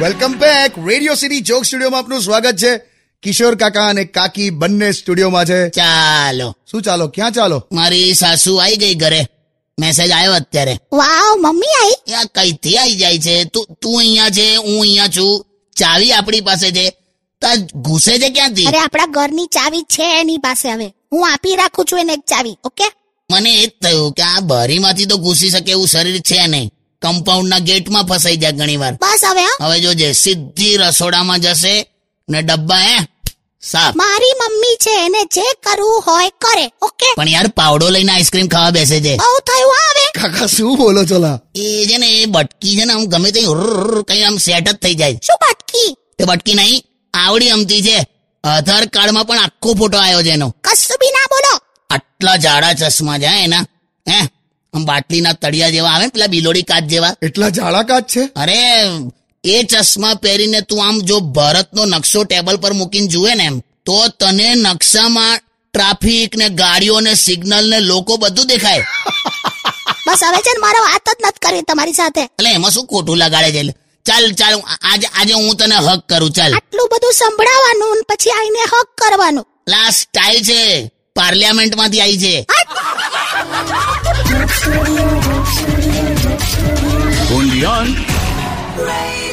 Welcome back radio city joke સ્ટુડિયોમાં આપનું સ્વાગત છે કિશોર કાકા અને કાકી બંને સ્ટુડિયોમાં છે ચાલો શું ચાલો ક્યાં ચાલો મારી સાસુ આવી ગઈ ઘરે મેસેજ આવ્યો અત્યારે વાવ મમ્મી આઈ એ આ કઈથી આવી જાય છે તું તું અહીંયા છે હું અહીંયા છું ચાવી આપણી પાસે છે તા ઘૂસે છે ક્યાંથી અરે આપણા ઘરની ચાવી છે એની પાસે હવે હું આપી રાખું છું એને એક ચાવી ઓકે મને એ જ થયું કે આ બારીમાંથી તો ઘૂસી શકે એવું શરીર છે નહીં કમ્પાઉન્ડના ગેટમાં ફસાઈ જાય ઘણી વાર બસ હવે હા હવે જોજે સીધી રસોડામાં જશે ને ડબ્બા હે સાફ મારી મમ્મી છે એને જે કરવું હોય કરે ઓકે પણ યાર પાવડો લઈને આઈસ્ક્રીમ ખાવા બેસે છે બહુ થયું હા હવે કાકા શું બોલો છો લા એ છે ને એ બટકી છે ને આમ ગમે તે કઈ આમ સેટ જ થઈ જાય શું બટકી તે બટકી નહીં આવડી અમતી છે આધાર કાર્ડમાં પણ આખો ફોટો આવ્યો છે એનો કશું બી ના બોલો આટલા જાડા ચશ્મા છે હે એના હે આમ બાટલીના તળિયા જેવા આવે ને પેલા બિલોડી કાચ જેવા એટલા જાડા કાચ છે અરે એ ચશ્મા પહેરીને તું આમ જો ભારતનો નકશો ટેબલ પર મૂકીને જુએ ને એમ તો તને નકશામાં ટ્રાફિક ને ગાડીઓ ને સિગ્નલ ને લોકો બધું દેખાય બસ હવે છે ને મારે વાત જ નથી કરવી તમારી સાથે એટલે એમાં શું ખોટું લગાડે છે એટલે ચાલ ચાલ હું આ- આજે આજે હું તને હક કરું ચાલ આટલું બધું સંભળાવાનું ને પછી આઈને હક કરવાનું લા સ્ટાઇલ છે પાર્લિયામેન્ટમાંથી આવી છે Undian. Radio